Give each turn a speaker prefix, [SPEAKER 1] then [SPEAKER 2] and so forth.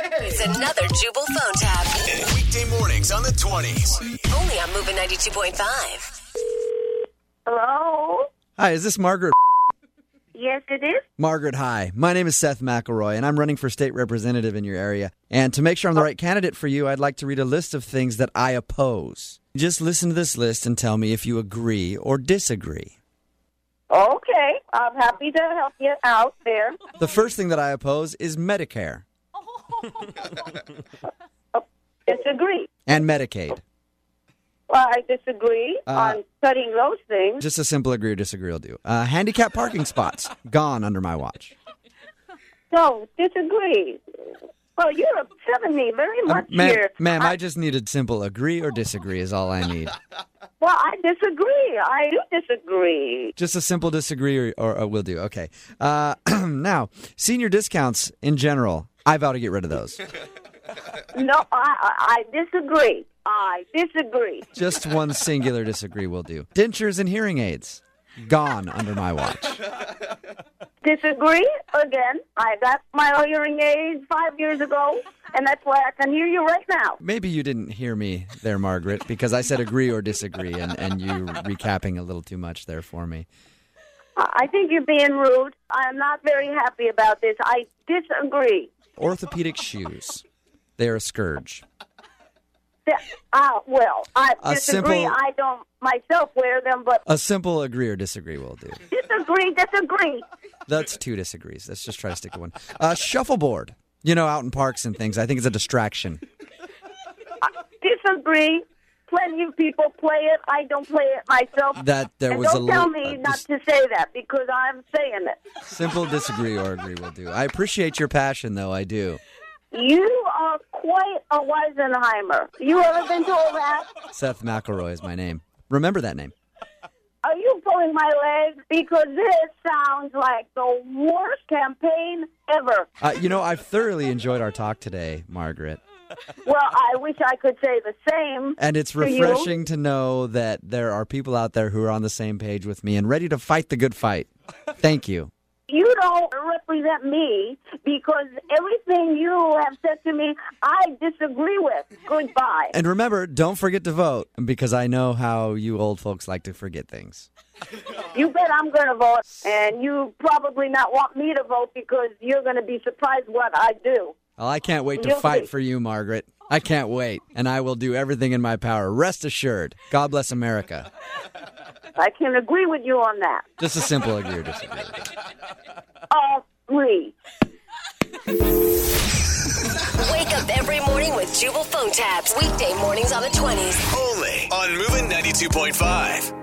[SPEAKER 1] It's another Jubal phone tab.
[SPEAKER 2] Weekday mornings on the 20s.
[SPEAKER 1] Only on Moving 92.5.
[SPEAKER 3] Hello?
[SPEAKER 4] Hi, is this Margaret?
[SPEAKER 3] Yes, it is.
[SPEAKER 4] Margaret, hi. My name is Seth McElroy, and I'm running for state representative in your area. And to make sure I'm the right candidate for you, I'd like to read a list of things that I oppose. Just listen to this list and tell me if you agree or disagree.
[SPEAKER 3] Okay. I'm happy to help you out there.
[SPEAKER 4] The first thing that I oppose is Medicare
[SPEAKER 3] Disagree.
[SPEAKER 4] and Medicaid.
[SPEAKER 3] Well, I disagree on cutting those things.
[SPEAKER 4] Uh, Just a simple agree or disagree will do. Uh, handicap parking spots, gone under my watch.
[SPEAKER 3] No, disagree. Well, you're upsetting me very much
[SPEAKER 4] Uh, ma'am,
[SPEAKER 3] here.
[SPEAKER 4] ma'am, I just needed simple agree or disagree is all I need.
[SPEAKER 3] Well, I disagree. I do disagree.
[SPEAKER 4] Just a simple disagree or, or, or will do. Okay. Uh, now, senior discounts in general, I vow to get rid of those.
[SPEAKER 3] No, I, I, I disagree. I disagree.
[SPEAKER 4] Just one singular disagree will do. Dentures and hearing aids, gone under my watch.
[SPEAKER 3] Disagree again. I got my hearing aids five years ago, and that's why I can hear you right now.
[SPEAKER 4] Maybe you didn't hear me there, Margaret, because I said agree or disagree, and, and you recapping a little too much there for me.
[SPEAKER 3] I I think you're being rude. I'm not very happy about this. I disagree.
[SPEAKER 4] Orthopedic shoes, they are a scourge.
[SPEAKER 3] Th- Ah, well, I
[SPEAKER 4] A
[SPEAKER 3] disagree.
[SPEAKER 4] simple-
[SPEAKER 3] I don't myself wear them, but
[SPEAKER 4] A simple agree or disagree will do.
[SPEAKER 3] disagree, disagree.
[SPEAKER 4] That's two disagrees. Let's just try to stick to one. Uh, shuffleboard, you know, out in parks and things. I think it's a distraction.
[SPEAKER 3] Disagree. Plenty of people play it. I don't play it myself.
[SPEAKER 4] That there
[SPEAKER 3] and
[SPEAKER 4] was
[SPEAKER 3] don't
[SPEAKER 4] a
[SPEAKER 3] tell
[SPEAKER 4] little-
[SPEAKER 3] me
[SPEAKER 4] uh,
[SPEAKER 3] not
[SPEAKER 4] dis-
[SPEAKER 3] to say that because I'm saying it.
[SPEAKER 4] Simple disagree or agree will do. I appreciate your passion, though. I do.
[SPEAKER 3] You are quite a Weisenheimer. You ever been told that?
[SPEAKER 4] Seth McElroy is my name. Remember that name.
[SPEAKER 3] Are you pulling my leg? Because this sounds like the worst campaign ever.
[SPEAKER 4] Uh, you know, I've thoroughly enjoyed our talk today, Margaret.
[SPEAKER 3] Well, I wish I could say the same.
[SPEAKER 4] And it's
[SPEAKER 3] To you.
[SPEAKER 4] refreshing to know that there are people out there who are on the same page with me and ready to fight the good fight. Thank you.
[SPEAKER 3] You don't represent me because everything you have said to me, I disagree with. Goodbye.
[SPEAKER 4] And remember, don't forget to vote because I know how you old folks like to forget things.
[SPEAKER 3] You bet I'm going to vote, and you probably not want me to vote because you're going to be surprised what I do.
[SPEAKER 4] Well, I can't wait to
[SPEAKER 3] You'll
[SPEAKER 4] fight
[SPEAKER 3] see.
[SPEAKER 4] for you, Margaret. I can't wait. And I will do everything in my power. Rest assured. God bless America.
[SPEAKER 3] I can agree with you on that.
[SPEAKER 4] Just a simple agree or disagree.
[SPEAKER 3] All three.
[SPEAKER 1] Wake up every morning with Jubal phone tabs. Weekday mornings on the 20s.
[SPEAKER 2] Only on Moving 92.5.